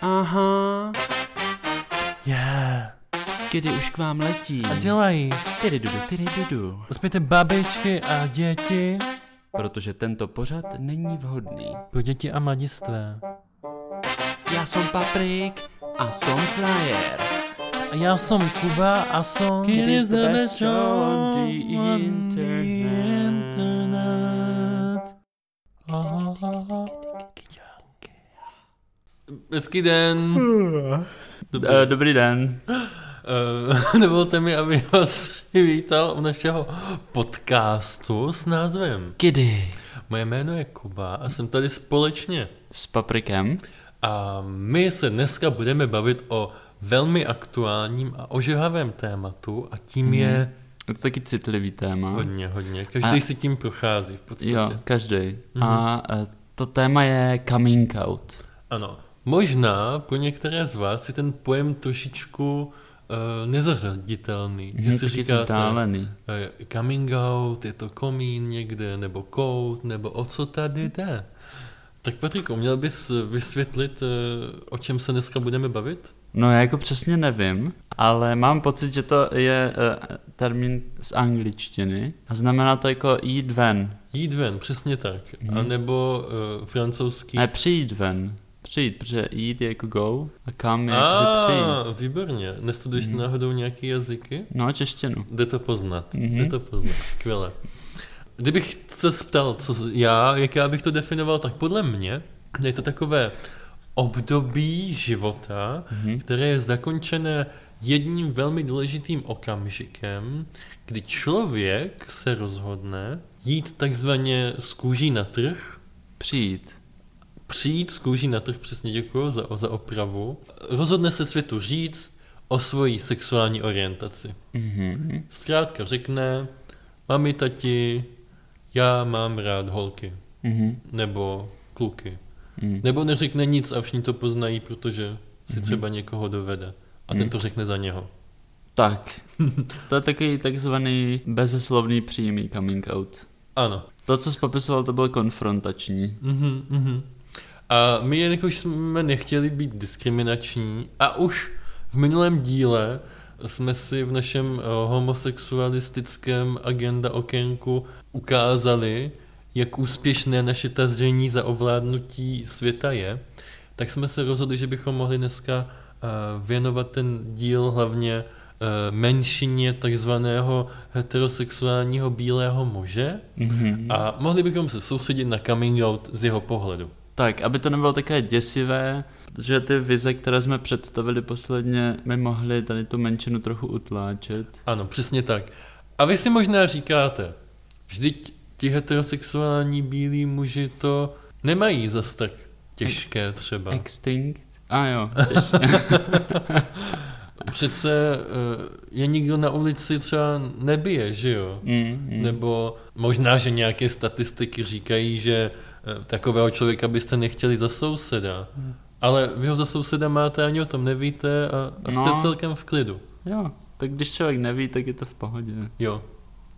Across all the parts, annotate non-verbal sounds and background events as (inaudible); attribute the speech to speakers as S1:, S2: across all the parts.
S1: Aha,
S2: Yeah.
S1: kdy už k vám letí.
S2: A dělají.
S1: Tyry dudu, tyry dudu.
S2: Uspějte babičky a děti.
S1: Protože tento pořad není vhodný.
S2: Pro děti a mladistvé.
S1: Já jsem Paprik a jsem Flyer.
S2: A já jsem Kuba a jsem...
S1: It is the best show on the internet.
S2: Hezký den.
S3: Eh, Dobrý den.
S2: Eh, (laughs) Dovolte mi, abych vás přivítal u našeho podcastu s názvem
S1: Kdy?
S2: Moje jméno je Kuba a jsem tady společně.
S3: S paprikem.
S2: A my se dneska budeme bavit o velmi aktuálním a ožehavém tématu a tím je
S3: Je to taky citlivý téma.
S2: hodně, hodně. Každý
S3: Mhm. A-
S2: si tím prochází v podstatě.
S3: Jo, každý. A eh, to téma je coming out.
S2: Ano. Možná pro některé z vás je ten pojem trošičku uh, nezařaditelný. Že
S3: Mhm,
S2: si
S3: taky
S2: říkáte,
S3: vzdálený.
S2: eh, coming out, je to komín někde, nebo kout, nebo o co tady jde. Tak Patriku, měl bys vysvětlit, eh, o čem se dneska budeme bavit?
S3: No já jako přesně nevím, ale mám pocit, že to je eh, termín z angličtiny a znamená to jako jít ven.
S2: Jít ven, přesně tak. A nebo uh, francouzský...
S3: Hmm. Ne, přijít ven. Přijít, protože jít je jako go a come je jako že přijít. Hmm.
S2: A, výborně. Nestuduješ ty náhodou nějaký jazyky?
S3: No, češtinu.
S2: Jde to poznat,
S3: Mhm.
S2: mm-hmm. jde to poznat, skvěle. Kdybych se ptal, co já, jak já bych to definoval, tak podle mě je to takové období života,
S3: Hmm.
S2: mm-hmm. které je zakončené jedním velmi důležitým okamžikem, kdy člověk se rozhodne jít takzvaně z kůží na trh,
S3: Přijít.
S2: přijít z kůží na trh, přesně děkuji za, za opravu, rozhodne se světu říct o svojí sexuální orientaci.
S3: Mhm.
S2: Zkrátka řekne, mami, tati, já mám rád holky,
S3: Mhm.
S2: nebo kluky.
S3: Mhm.
S2: Nebo neřekne nic a všichni to poznají, protože si třeba někoho dovede. A ten to řekne za něho. (laughs)
S3: Tak. to je takový takzvaný bezeslovný přímý coming out.
S2: Ano.
S3: To, co jsi popisoval, to bylo konfrontační.
S2: Mhm, mhm. A my, jelikož jsme nechtěli být diskriminační, a už v minulém díle jsme si v našem eh, homosexualistickém agenda okénku ukázali, jak úspěšné naše tažení za ovládnutí světa je, tak jsme se rozhodli, že bychom mohli dneska eh, věnovat ten díl hlavně eh, menšině takzvaného heterosexuálního bílého muže,
S3: Mhm.
S2: a mohli bychom se soustředit na coming out z jeho pohledu.
S3: Tak, aby to nebylo také děsivé, protože ty vize, které jsme představili posledně, by mohly tady tu menšinu trochu utláčet.
S2: Ano, přesně tak. A vy si možná říkáte, vždyť ti heterosexuální bílí muži to nemají zas tak těžké třeba.
S3: Extinct? A jo.
S2: (laughs) Přece eh, je nikdo na ulici třeba nebije, že jo?
S3: Mm, mm.
S2: Nebo možná, že nějaké statistiky říkají, že eh, takového člověka byste nechtěli za souseda. Ale vy ho za souseda máte ani o tom nevíte a, a jste
S3: No.
S2: celkem v klidu.
S3: Jo, tak když člověk neví, tak je to v pohodě.
S2: Jo.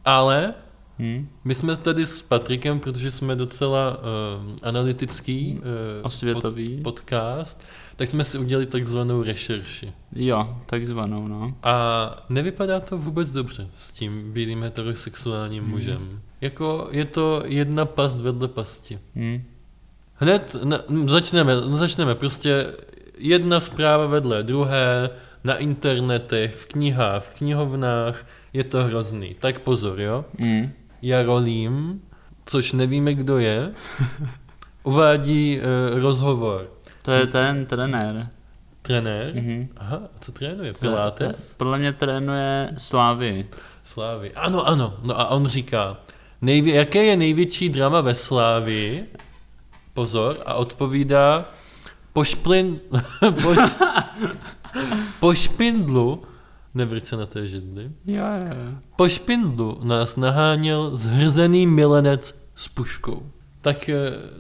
S2: Ale
S3: Hm?
S2: my jsme tady s Patrikem, protože jsme docela uh, analytický uh,
S3: Osvětový.
S2: pod, podcast, tak jsme si udělali takzvanou rešerši.
S3: Jo, takzvanou, no.
S2: A nevypadá to vůbec dobře s tím bílým heterosexuálním mužem. Jako je to jedna past vedle pasti.
S3: Hm?
S2: Hned na, m, začneme, začneme prostě jedna zpráva vedle druhé, na internetech, v knihách, v knihovnách, je to hrozný. Tak pozor, jo?
S3: Hm?
S2: Jarolím, což nevíme, kdo je, uvádí eh, rozhovor.
S3: To je ten trenér.
S2: Trenér?
S3: Hmm. Mhm.
S2: Aha, a co trénuje? Pilates?
S3: Podle mě trénuje Slávy.
S2: Slávy. Ano, ano. No a on říká, nejvě- jaké je největší drama ve Slávii? Pozor. A odpovídá, pošplin... (laughs) poš... po špindlu... Nevrť se na té židli.
S3: Jo, jo.
S2: Po špindlu nás naháněl zhrzený milenec s puškou. Tak eh,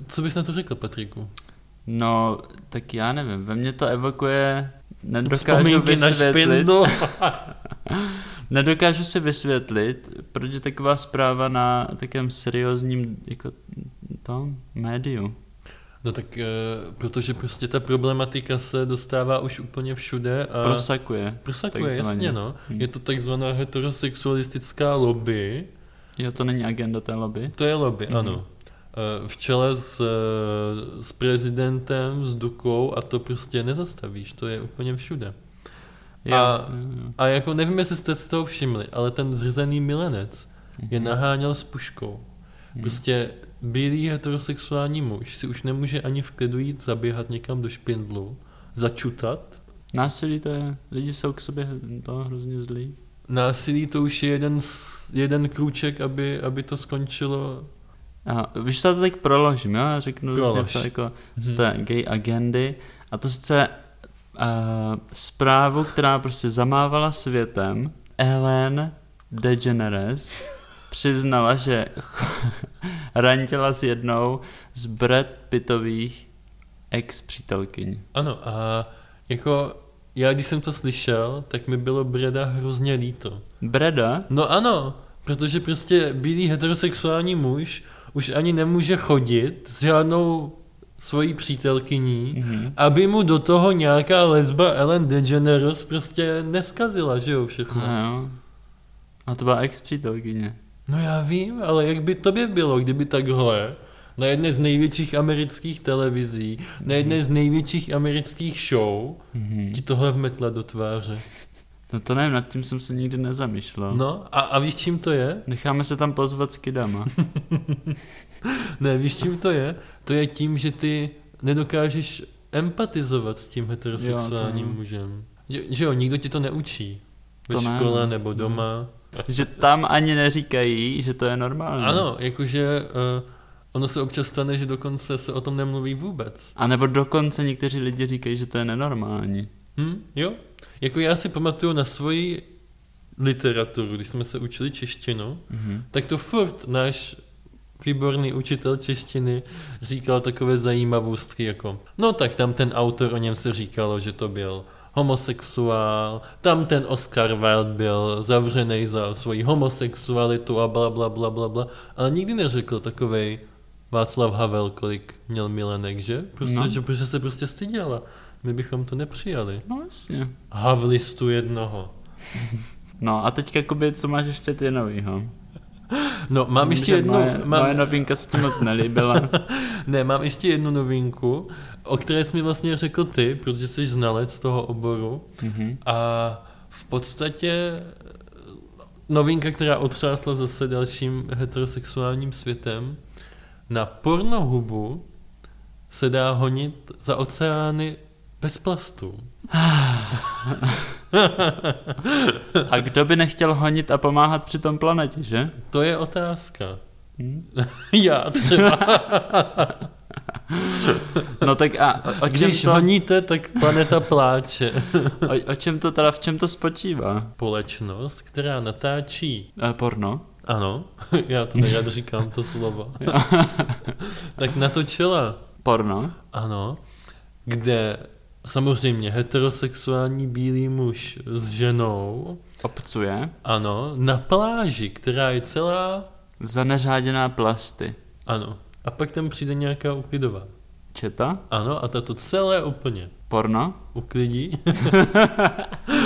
S2: co bys na to řekl, Patriku?
S3: No, tak já nevím, ve mně to evokuje, nedokážu
S2: Vzpomínky na
S3: vysvětlit,
S2: špindlu.
S3: nedokážu si vysvětlit, proč je taková zpráva na takém seriózním jako tom médiu.
S2: (laughs) No tak, eh, protože prostě ta problematika se dostává už úplně všude a
S3: Prosakuje.
S2: prosakuje,
S3: takzvaně.
S2: jasně no.
S3: Hm.
S2: Je to takzvaná heterosexualistická lobby,
S3: Jo, to není agenda té lobby.
S2: to je lobby,
S3: Mhm.
S2: ano. Eh, V čele s, eh, s prezidentem, s Dukou a to prostě nezastavíš, to je úplně všude.
S3: Jo,
S2: A-
S3: jo, jo. Mhm.
S2: A jako nevím, jestli jste si toho všimli, ale ten zhrzený milenec je
S3: Mhm.
S2: naháněl s puškou.
S3: Mhm.
S2: Prostě bílý heterosexuální muž si už nemůže ani v klidu jít zaběhat někam do špindlu, začutat.
S3: Násilí to je, lidi jsou k sobě to hrozně zlí.
S2: Násilí to už je jeden, s- jeden krůček, aby, aby to skončilo.
S3: A víš, co já to teď proložím, jo? Já řeknu Prolož.
S2: Prolož.
S3: něco jako z
S2: Mhm.
S3: té gay agendy. A to sice uh, zprávu, která prostě zamávala světem, Ellen DeGeneres přiznala, že (laughs) rantila s jednou z Brad Pittových ex-přítelkyň.
S2: Ano a jako já když jsem to slyšel, tak mi bylo Breda hrozně líto.
S3: Breda?
S2: No ano, protože prostě bílý heterosexuální muž už ani nemůže chodit s žádnou svojí přítelkyní,
S3: Mhm.
S2: aby mu do toho nějaká lesba Ellen DeGeneres prostě neskazila, že jo, všechno.
S3: A, jo. A to byla ex-přítelkyně.
S2: No já vím, ale jak by tobě bylo, kdyby takhle na jedné z největších amerických televizí, na jedné z největších amerických show,
S3: Mhm.
S2: ti tohle vmetla do tváře.
S3: No to nevím, nad tím jsem se nikdy nezamýšlel.
S2: No a, a víš, čím to je?
S3: Necháme se tam pozvat s
S2: (laughs)
S3: kidama.
S2: Ne, víš, čím to je? To je tím, že ty nedokážeš empatizovat s tím heterosexuálním
S3: Jo, to jo.
S2: mužem. Že, že jo, nikdo ti to neučí. Ve
S3: To ne,
S2: škole
S3: no.
S2: nebo doma.
S3: že tam ani neříkají, že to je normální.
S2: Ano, jakože uh, ono se občas stane, že dokonce se o tom nemluví vůbec.
S3: A nebo dokonce někteří lidi říkají, že to je nenormální.
S2: Hm? Jo? Jako já si pamatuju na svoji literaturu, když jsme se učili češtinu,
S3: Mhm.
S2: tak to furt náš výborný učitel češtiny říkal takové zajímavostky jako no tak tam ten autor, o něm se říkalo, že to byl homosexuál, tam ten Oscar Wilde byl zavřený za svoji homosexualitu a bla bla bla bla bla, ale nikdy neřekl takovej Václav Havel, kolik měl milenek, že? Prostě,
S3: No.
S2: no. že, protože se prostě styděla. My bychom to nepřijali.
S3: No jasně.
S2: Havlistu jednoho.
S3: No a teď Kuby, co máš ještě ty novýho?
S2: No, mám
S3: Vím,
S2: ještě
S3: že
S2: jednu...
S3: Moje,
S2: mám...
S3: moje novinka se ti moc
S2: (laughs)
S3: nelíbila.
S2: Ne, mám ještě jednu novinku, o které jsi mi vlastně řekl ty, protože jsi znalec toho oboru.
S3: mhm.
S2: A v podstatě eh, novinka, která otřásla zase dalším heterosexuálním světem. Na pornohubu se dá honit za oceány bez plastů.
S3: A kdo by nechtěl honit a pomáhat při tom planetě, že?
S2: To je otázka. (laughs)
S3: Hm?
S2: Já třeba.
S3: No tak a o, o, čem
S2: Když
S3: to,
S2: honíte, tak planeta pláče.
S3: o, o čem to teda, v čem to spočívá?
S2: Společnost, která natáčí
S3: E, porno?
S2: (laughs) Ano, já to nerad říkám to slovo. tak natočila,
S3: Porno?
S2: ano, kde samozřejmě heterosexuální bílý muž s ženou,
S3: Obcuje?
S2: ano, na pláži, která je celá,
S3: Zaneřáděná plasty.
S2: ano. A pak tam přijde nějaká uklidová.
S3: Četa?
S2: Ano, a ta to celé úplně
S3: Porno?
S2: uklidí.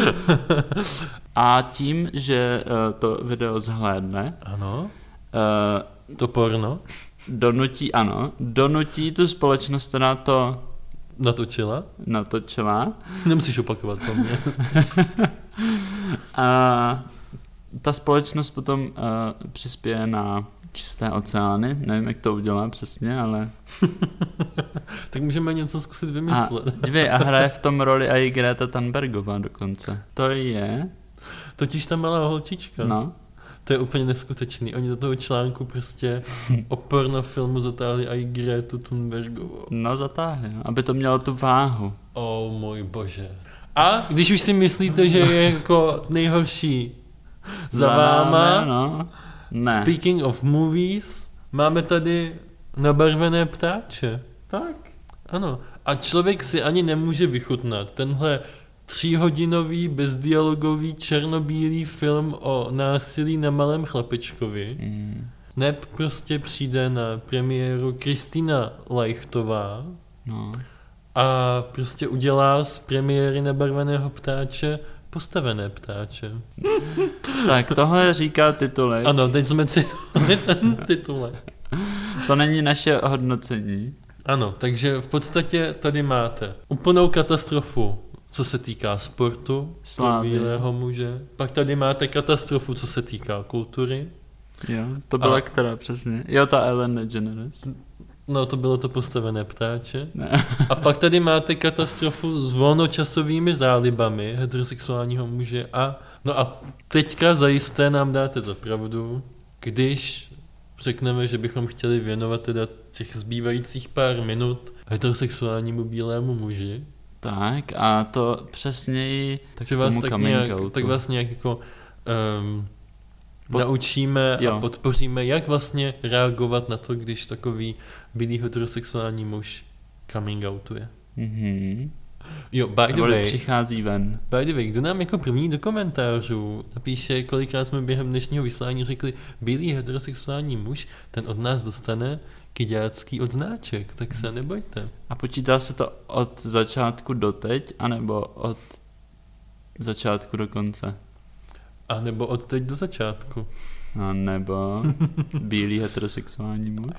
S2: (laughs)
S3: A tím, že eh, to video zhlédne,
S2: Ano,
S3: eh,
S2: to porno
S3: donutí, ano, donutí tu společnost, která to
S2: natočila.
S3: natočila.
S2: Nemusíš opakovat
S3: (laughs)
S2: po mně.
S3: A ta společnost potom eh, přispěje na čisté oceány. Nevím, jak to udělá přesně, ale...
S2: tak můžeme něco zkusit
S3: A,
S2: vymyslet.
S3: dvě, a hraje v tom roli i Greta Thunbergová dokonce. To je...
S2: Totiž ta malá holčička.
S3: No.
S2: To je úplně neskutečný. Oni do toho
S3: (laughs)
S2: článku prostě o porno filmu zatáhli i Gretu Thunbergovou.
S3: No zatáhli, no, aby to mělo tu váhu.
S2: O oh, můj bože. A když už si myslíte, že je jako nejhorší za váma,
S3: no. Ne.
S2: speaking of movies, máme tady nabarvené ptáče.
S3: tak.
S2: Ano. A člověk si ani nemůže vychutnat tenhle tříhodinový, bezdialogový, černobílý film o násilí na malém chlapečkovi.
S3: Mm.
S2: Neb prostě přijde na premiéru Kristýna Lajchtová
S3: No.
S2: a prostě udělá z premiéry nebarveného ptáče postavené ptáče.
S3: Tak tohle říká titulek.
S2: Ano, teď jsme si (laughs) ten titulek.
S3: To není naše hodnocení.
S2: Ano, takže v podstatě tady máte úplnou katastrofu, co se týká sportu, pro
S3: Slávy.
S2: bílého muže. Pak tady máte katastrofu, co se týká kultury.
S3: Jo, to byla
S2: A-
S3: která přesně? Jo, ta Ellen DeGeneres.
S2: No, to bylo to postavené ptáče.
S3: Ne.
S2: A pak tady máte katastrofu s volnočasovými zálibami heterosexuálního muže a no a teďka zajisté nám dáte za pravdu, když řekneme, že bychom chtěli věnovat teda těch zbývajících pár minut heterosexuálnímu bílému muži,
S3: Tak a to přesněji tak
S2: že vás
S3: tomu
S2: tak
S3: coming
S2: nějak,
S3: outu.
S2: tak vás nějak jako um,
S3: Pod-
S2: naučíme a
S3: Jo.
S2: podpoříme, jak vlastně reagovat na to, když takový bílý heterosexuální muž coming outuje.
S3: Mhm.
S2: Jo, by the
S3: Nebo
S2: way,
S3: přichází ven.
S2: by the way, kdo nám jako první do komentářů napíše, kolikrát jsme během dnešního vysílání řekli bílý heterosexuální muž, ten od nás dostane kyďácký odznáček, tak se nebojte.
S3: A počítá se to od začátku do teď, anebo od začátku do konce?
S2: A nebo od teď do začátku.
S3: A
S2: (laughs)
S3: nebo bílý heterosexuální muž?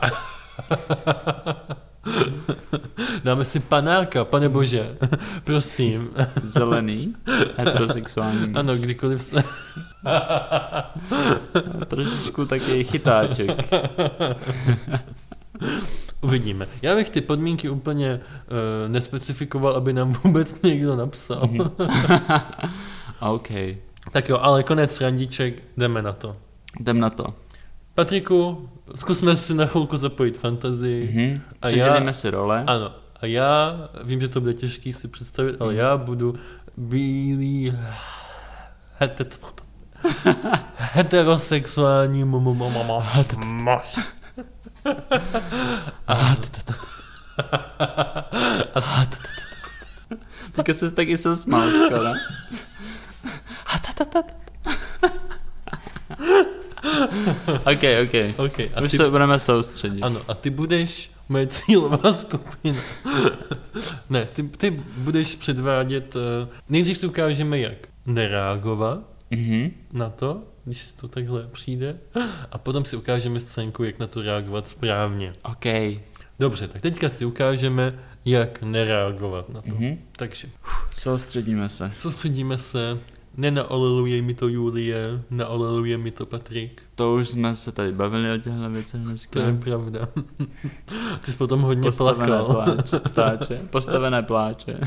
S2: Dáme si panáka, pane bože, (laughs) prosím.
S3: Zelený heterosexuální muž?
S2: Ano, kdykoliv se... (laughs)
S3: Trošičku taky chytáček.
S2: Uvidíme. Já bych ty podmínky úplně uh, nespecifikoval, aby nám vůbec někdo napsal.
S3: Mhm. (laughs) OK,
S2: (laughs) tak jo, ale konec randiček, jdeme na to.
S3: jdem na to.
S2: Patriku, zkusme si na chvilku zapojit fantazii.
S3: Mhm.
S2: A
S3: Předělíme
S2: já-
S3: si role.
S2: Ano, a já, vím, že to bude těžký si představit, ale já budu bílý hetet- heterosexuální mu- mu- mu- mu- mu- muž. A- a-
S3: Teďka jsi taky se smál (laughs) skoro. (laughs) OK, OK.
S2: OK, a
S3: Už
S2: ty-
S3: se budeme soustředit.
S2: Ano, a ty budeš moje cílová skupina. ne, ty, ty budeš předvádět... eh, Nejdřív si ukážeme, jak nereagovat
S3: Mhm.
S2: na to, když to takhle přijde, a potom si ukážeme scénku, jak na to reagovat správně.
S3: OK.
S2: Dobře, tak teďka si ukážeme, jak nereagovat na to.
S3: Mhm.
S2: Takže
S3: Soustředíme se.
S2: soustředíme se, nenaoleluje mi to Julie, naoleluje mi to Patrik.
S3: To už jsme se tady bavili o těchto věcech dneska.
S2: To je pravda. (laughs) Ty jsi potom hodně
S3: Postavené
S2: plakal. (laughs)
S3: pláče, ptáče. Postavené pláče.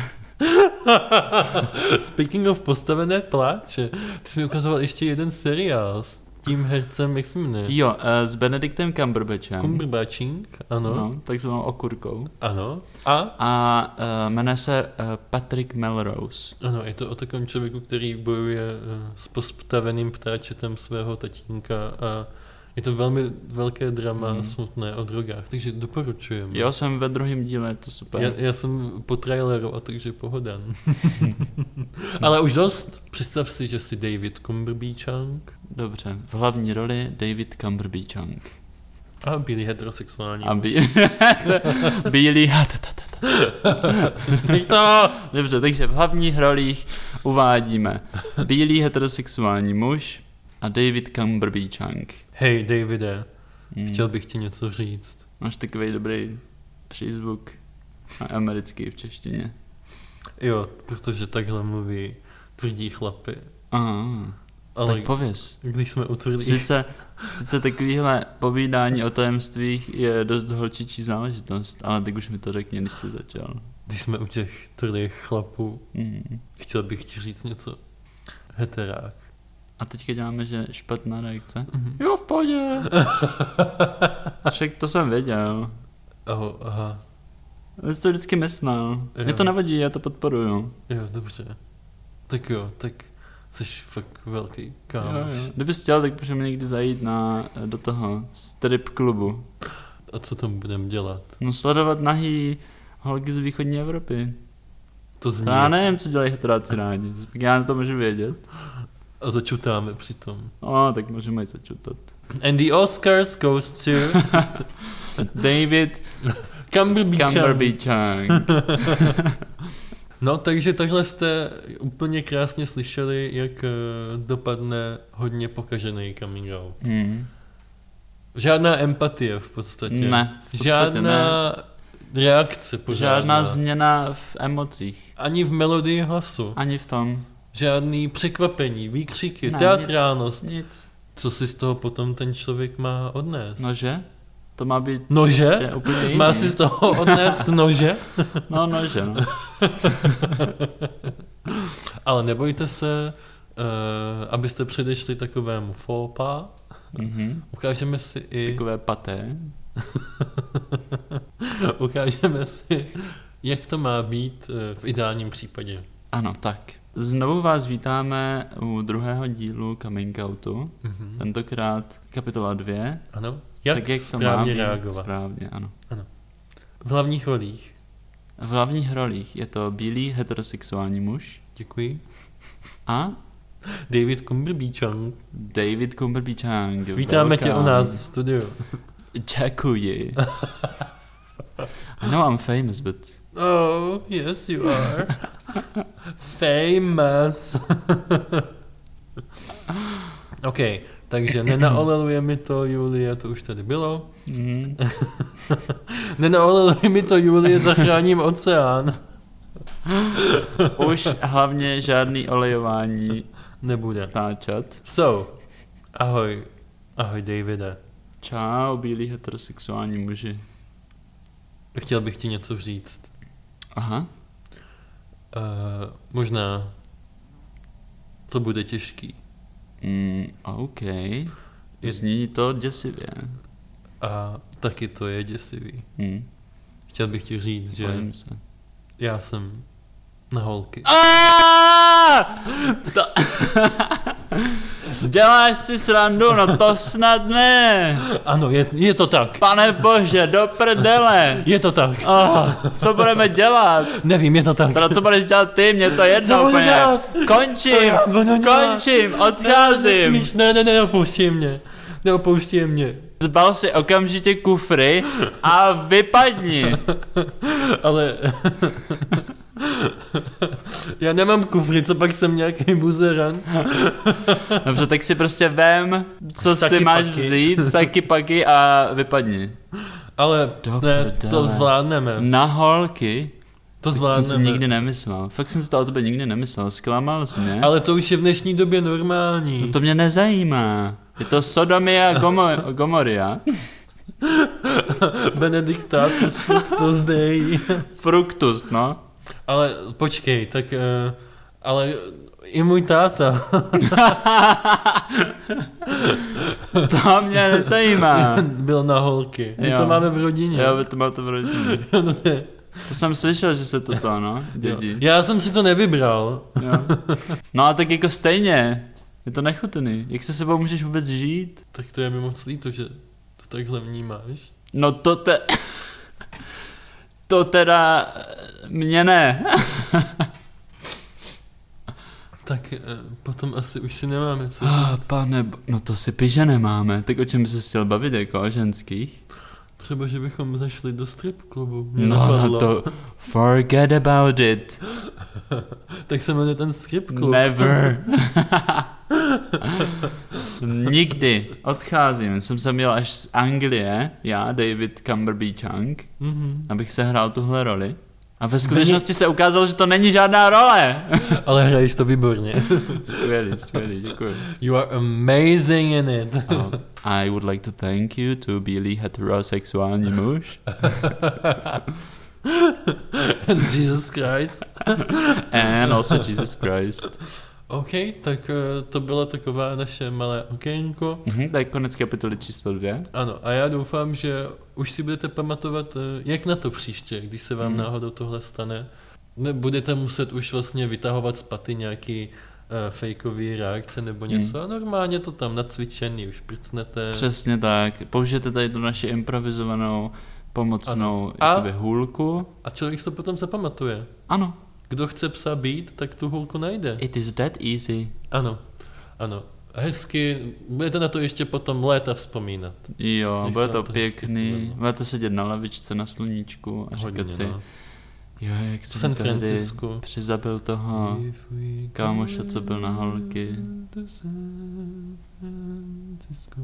S2: Speaking of postavené pláče, ty jsi mi ukazoval ještě jeden seriál s tím hercem, jak se jmenuje?
S3: Jo, eh, s Benediktem Cumberbatchem.
S2: Cumberbatching, ano,
S3: No, takzvanou okurkou.
S2: ano. A
S3: A uh, jmenuje se eh, Patrick Melrose.
S2: ano, je to o takovém člověku, který bojuje eh, s postaveným ptáčetem svého tatínka a je to velmi velké drama
S3: Mhm.
S2: mm. smutné o drogách, takže doporučujeme.
S3: Jo, jsem ve druhém díle, je to super.
S2: Já, já jsem po traileru a
S3: (laughs)
S2: takže pohodan. (laughs) Ale už dost. Představ si, že jsi David Cumberbatchang
S3: Dobře, v hlavní roli David Cumberbatchang.
S2: a bílý heterosexuální.
S3: A bí... (laughs) bílý... ha, ta, ta, ta, ta.
S2: Nech to!
S3: Dobře, takže v hlavních rolích uvádíme bílý heterosexuální muž a David Cumberbatchang.
S2: Hej, Davide,
S3: Hmm.
S2: chtěl bych ti něco říct.
S3: Máš takový dobrý přízvuk a- americký v češtině.
S2: Jo, protože takhle mluví tvrdí chlapy.
S3: Aha,
S2: Ale
S3: tak pověz.
S2: když jsme u tvrdých...
S3: Sice, sice takovýhle povídání o tajemstvích je dost holčičí záležitost, ale tak už mi to řekni, když jsi začal.
S2: Když jsme u těch tvrdých chlapů,
S3: Mm.
S2: chtěl bych ti říct něco. Heterák.
S3: A teďka děláme, že špatná reakce?
S2: Mhm.
S3: Jo, v
S2: (laughs)
S3: pohodě. Však to jsem věděl.
S2: Aho, aha,
S3: Já jsem to vždycky myslel.
S2: Jo.
S3: Mě to nevadí, já to podporuju.
S2: jo, dobře. Tak jo, tak jsi fakt velký
S3: Jo,
S2: kámoš.
S3: jo. Kdybys chtěl, tak můžeme někdy zajít na, do toho strip klubu.
S2: A co tam budem dělat?
S3: No sledovat nahý holky z východní Evropy.
S2: To zní...
S3: To já nevím, co dělají heteráci rádi. Já to můžu vědět.
S2: A začutáme přitom.
S3: No, tak můžeme jít začutat.
S2: And the Oscars goes to
S3: David (laughs)
S2: Cumberbatch.
S3: Cumberbatch.
S2: (laughs) No, takže takhle jste úplně krásně slyšeli, jak eh, dopadne hodně pokažený coming out.
S3: Hmm.
S2: Žádná empatie v podstatě.
S3: Ne, v podstatě
S2: Žádná reakce pořádná.
S3: Žádná změna v emocích.
S2: Ani v melodii hlasu.
S3: Ani v tom.
S2: Žádný překvapení, výkřiky,
S3: Ne,
S2: teatrálnost.
S3: Nic.
S2: Co si z toho potom ten člověk má odnést?
S3: Nože? To má být
S2: Nože?
S3: Prostě úplně jiný.
S2: Má si z toho odnést nože?
S3: No nože, no.
S2: Ale nebojte se, eh, abyste předešli takovému fópa. (laughs)
S3: Mhm.
S2: Ukážeme si i,
S3: Takové paté. Jako-
S2: ukážeme si, jak to má být eh, v ideálním případě.
S3: Ano, tak. Znovu vás vítáme u druhého dílu Coming Outu.
S2: Mhm.
S3: Tentokrát kapitola 2.
S2: Ano? Jak,
S3: tak jak to má
S2: správně
S3: být
S2: reagovat?
S3: Správně, ano.
S2: V hlavních rolích.
S3: V hlavních rolích je to bílý heterosexuální muž
S2: Děkuji.
S3: a
S2: David Cumberbatch.
S3: David Cumberbatch.
S2: Vítáme tě u
S3: Welcome.
S2: nás v studiu.
S3: (laughs) Děkuji. I know I'm famous, but
S2: Oh, yes you are. Famous. OK, takže nenaoleluje mi to Julie, to už tady bylo.
S3: Mhm.
S2: Nenaoleluje mi to Julie, zachráním oceán.
S3: už hlavně žádný olejování
S2: Nebude.
S3: táčat.
S2: So, ahoj. Ahoj Davide.
S3: Čau, bílí heterosexuální muži.
S2: Chtěl bych ti něco říct.
S3: Aha,
S2: Uh, možná to bude těžký.
S3: mm, OK.
S2: Je-
S3: Zní to děsivě.
S2: A taky to je děsivý.
S3: Hm,
S2: Chtěl bych ti říct, že
S3: bojím se.
S2: já jsem na holky.
S3: Ah! To... Děláš si srandu, no to snad ne.
S2: Ano, je, je to tak.
S3: Pane bože, do prdele.
S2: Je to tak.
S3: Oh, co budeme dělat?
S2: Nevím, je to tak. (laughs)
S3: Teda co budeš dělat ty, mě to
S2: Co
S3: jedno
S2: budu
S3: úplně.
S2: dělat? Co
S3: Končím,
S2: já budu dělat?
S3: končím,
S2: Ne,
S3: odcházím.
S2: nesmíš, ne, ne, ne, opouští mě. Neopouští mě.
S3: Zbal si okamžitě kufry a vypadni.
S2: Ale... (laughs) já nemám kufry, co pak jsem nějaký buzeran?
S3: Dobře, tak si prostě vem, co
S2: Saky
S3: si máš
S2: paky.
S3: vzít, saky paky a vypadni.
S2: Ale
S3: Do
S2: ne,
S3: prdele.
S2: to zvládneme.
S3: Na holky? To
S2: To
S3: jsem
S2: zvládneme.
S3: si nikdy nemyslel. Fakt jsem si to o tebe nikdy nemyslel. Zklamal jsi mě.
S2: Ale to už je v dnešní době
S3: No
S2: normální.
S3: to mě nezajímá. Je to Sodomia Gomo- Gomoria. (laughs)
S2: Benediktátus fructus dei.
S3: Fruktus, no.
S2: Ale počkej, tak... eh, Ale i můj táta.
S3: (laughs) To mě
S2: (laughs)
S3: nezajímá.
S2: Byl na holky. My
S3: Jo.
S2: to máme v rodině. (laughs)
S3: Jo, by to bylo to v rodině.
S2: no, ne.
S3: To jsem slyšel, že se to to, no, dědí.
S2: Jo. Já jsem si to nevybral.
S3: Jo. No a tak jako stejně, je to nechutný. Jak se sebou můžeš vůbec žít?
S2: Tak to je mi moc líto, že to takhle vnímáš.
S3: No to te... (laughs) To teda... eh, Mě ne.
S2: Tak eh, potom asi už si nemáme co
S3: Ah, pane, bo- no to si piže nemáme. Tak o čem bys se chtěl bavit, jako o ženských?
S2: Třeba, že bychom zašli do strip klubu. Mě no,
S3: No,
S2: napadlo.
S3: no to... Forget about it.
S2: Tak se jmenuje ten strip klub.
S3: Never. (laughs) Nikdy. Odcházím. Jsem se měl až z Anglie, já, David Cumberbatchang,
S2: Mhm.
S3: abych se hrál tuhle roli. A ve skutečnosti se ukázalo, že to není žádná role. (laughs)
S2: Ale hraješ to výborně.
S3: skvělý, skvělý, děkuji.
S2: You are amazing in it. (laughs)
S3: Oh, I would like to thank you to Billy heterosexuální muž
S2: Jesus Christ.
S3: and also Jesus Christ.
S2: OK, tak eh, to bylo takové naše malé okénko.
S3: Mhm, to je konec kapitoly číslo dvě.
S2: Ano, a já doufám, že už si budete pamatovat, eh, jak na to příště, když se vám
S3: Mhm.
S2: náhodou tohle stane. Ne- Budete muset už vlastně vytahovat z paty nějaký eh, fakeový reakce nebo
S3: Mhm.
S2: něco. A normálně to tam nacvičený, už prcnete.
S3: Přesně tak. Použijete tady tu naši improvizovanou pomocnou
S2: A-
S3: jakoby, hůlku.
S2: A člověk si to potom zapamatuje.
S3: Ano,
S2: Kdo chce psa být, tak tu holku najde.
S3: It is that easy.
S2: Ano, ano. hezky, budete na to ještě potom léta vzpomínat.
S3: Jo,
S2: Když
S3: bude
S2: se
S3: to
S2: na to hezky
S3: pěkný.
S2: podívám.
S3: Budete sedět na lavičce na sluníčku a říkat
S2: Hodně,
S3: si,
S2: no.
S3: jo, jak
S2: V
S3: jsem
S2: San
S3: tehdy
S2: Francisku.
S3: přizabil toho
S2: If we
S3: kámoša, co byl na holky.
S2: go to San Francisco.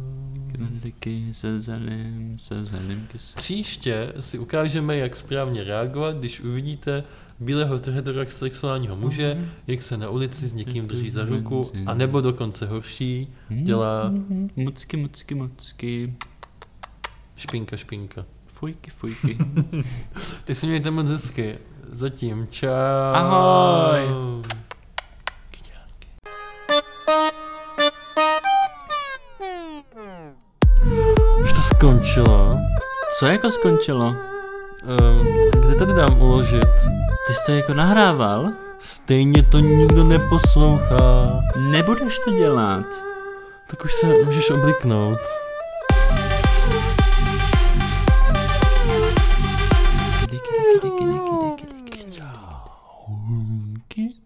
S3: Knedlíky se zelím, se zelím kyselým.
S2: Příště si ukážeme, jak správně reagovat, když uvidíte bílého heterosexuálního muže, jak se na ulici s někým drží za ruku, a nebo dokonce horší, dělá
S3: Hmm. Mucky, mucky, mucky.
S2: špinka, špinka.
S3: Fujky, fujky. (laughs)
S2: Ty si mějte moc hezky. Zatím, čau.
S3: Ahoj.
S2: Už to skončilo.
S3: Co jako skončilo?
S2: Um, kde tady dám uložit?
S3: Ty jsi to jako nahrával?
S2: Stejně to nikdo neposlouchá.
S3: Nebudeš to dělat.
S2: Tak už se můžeš obliknout.
S3: Kydy, kydy, kydy, kydy, kydy, kydy, kydy.
S2: Čau.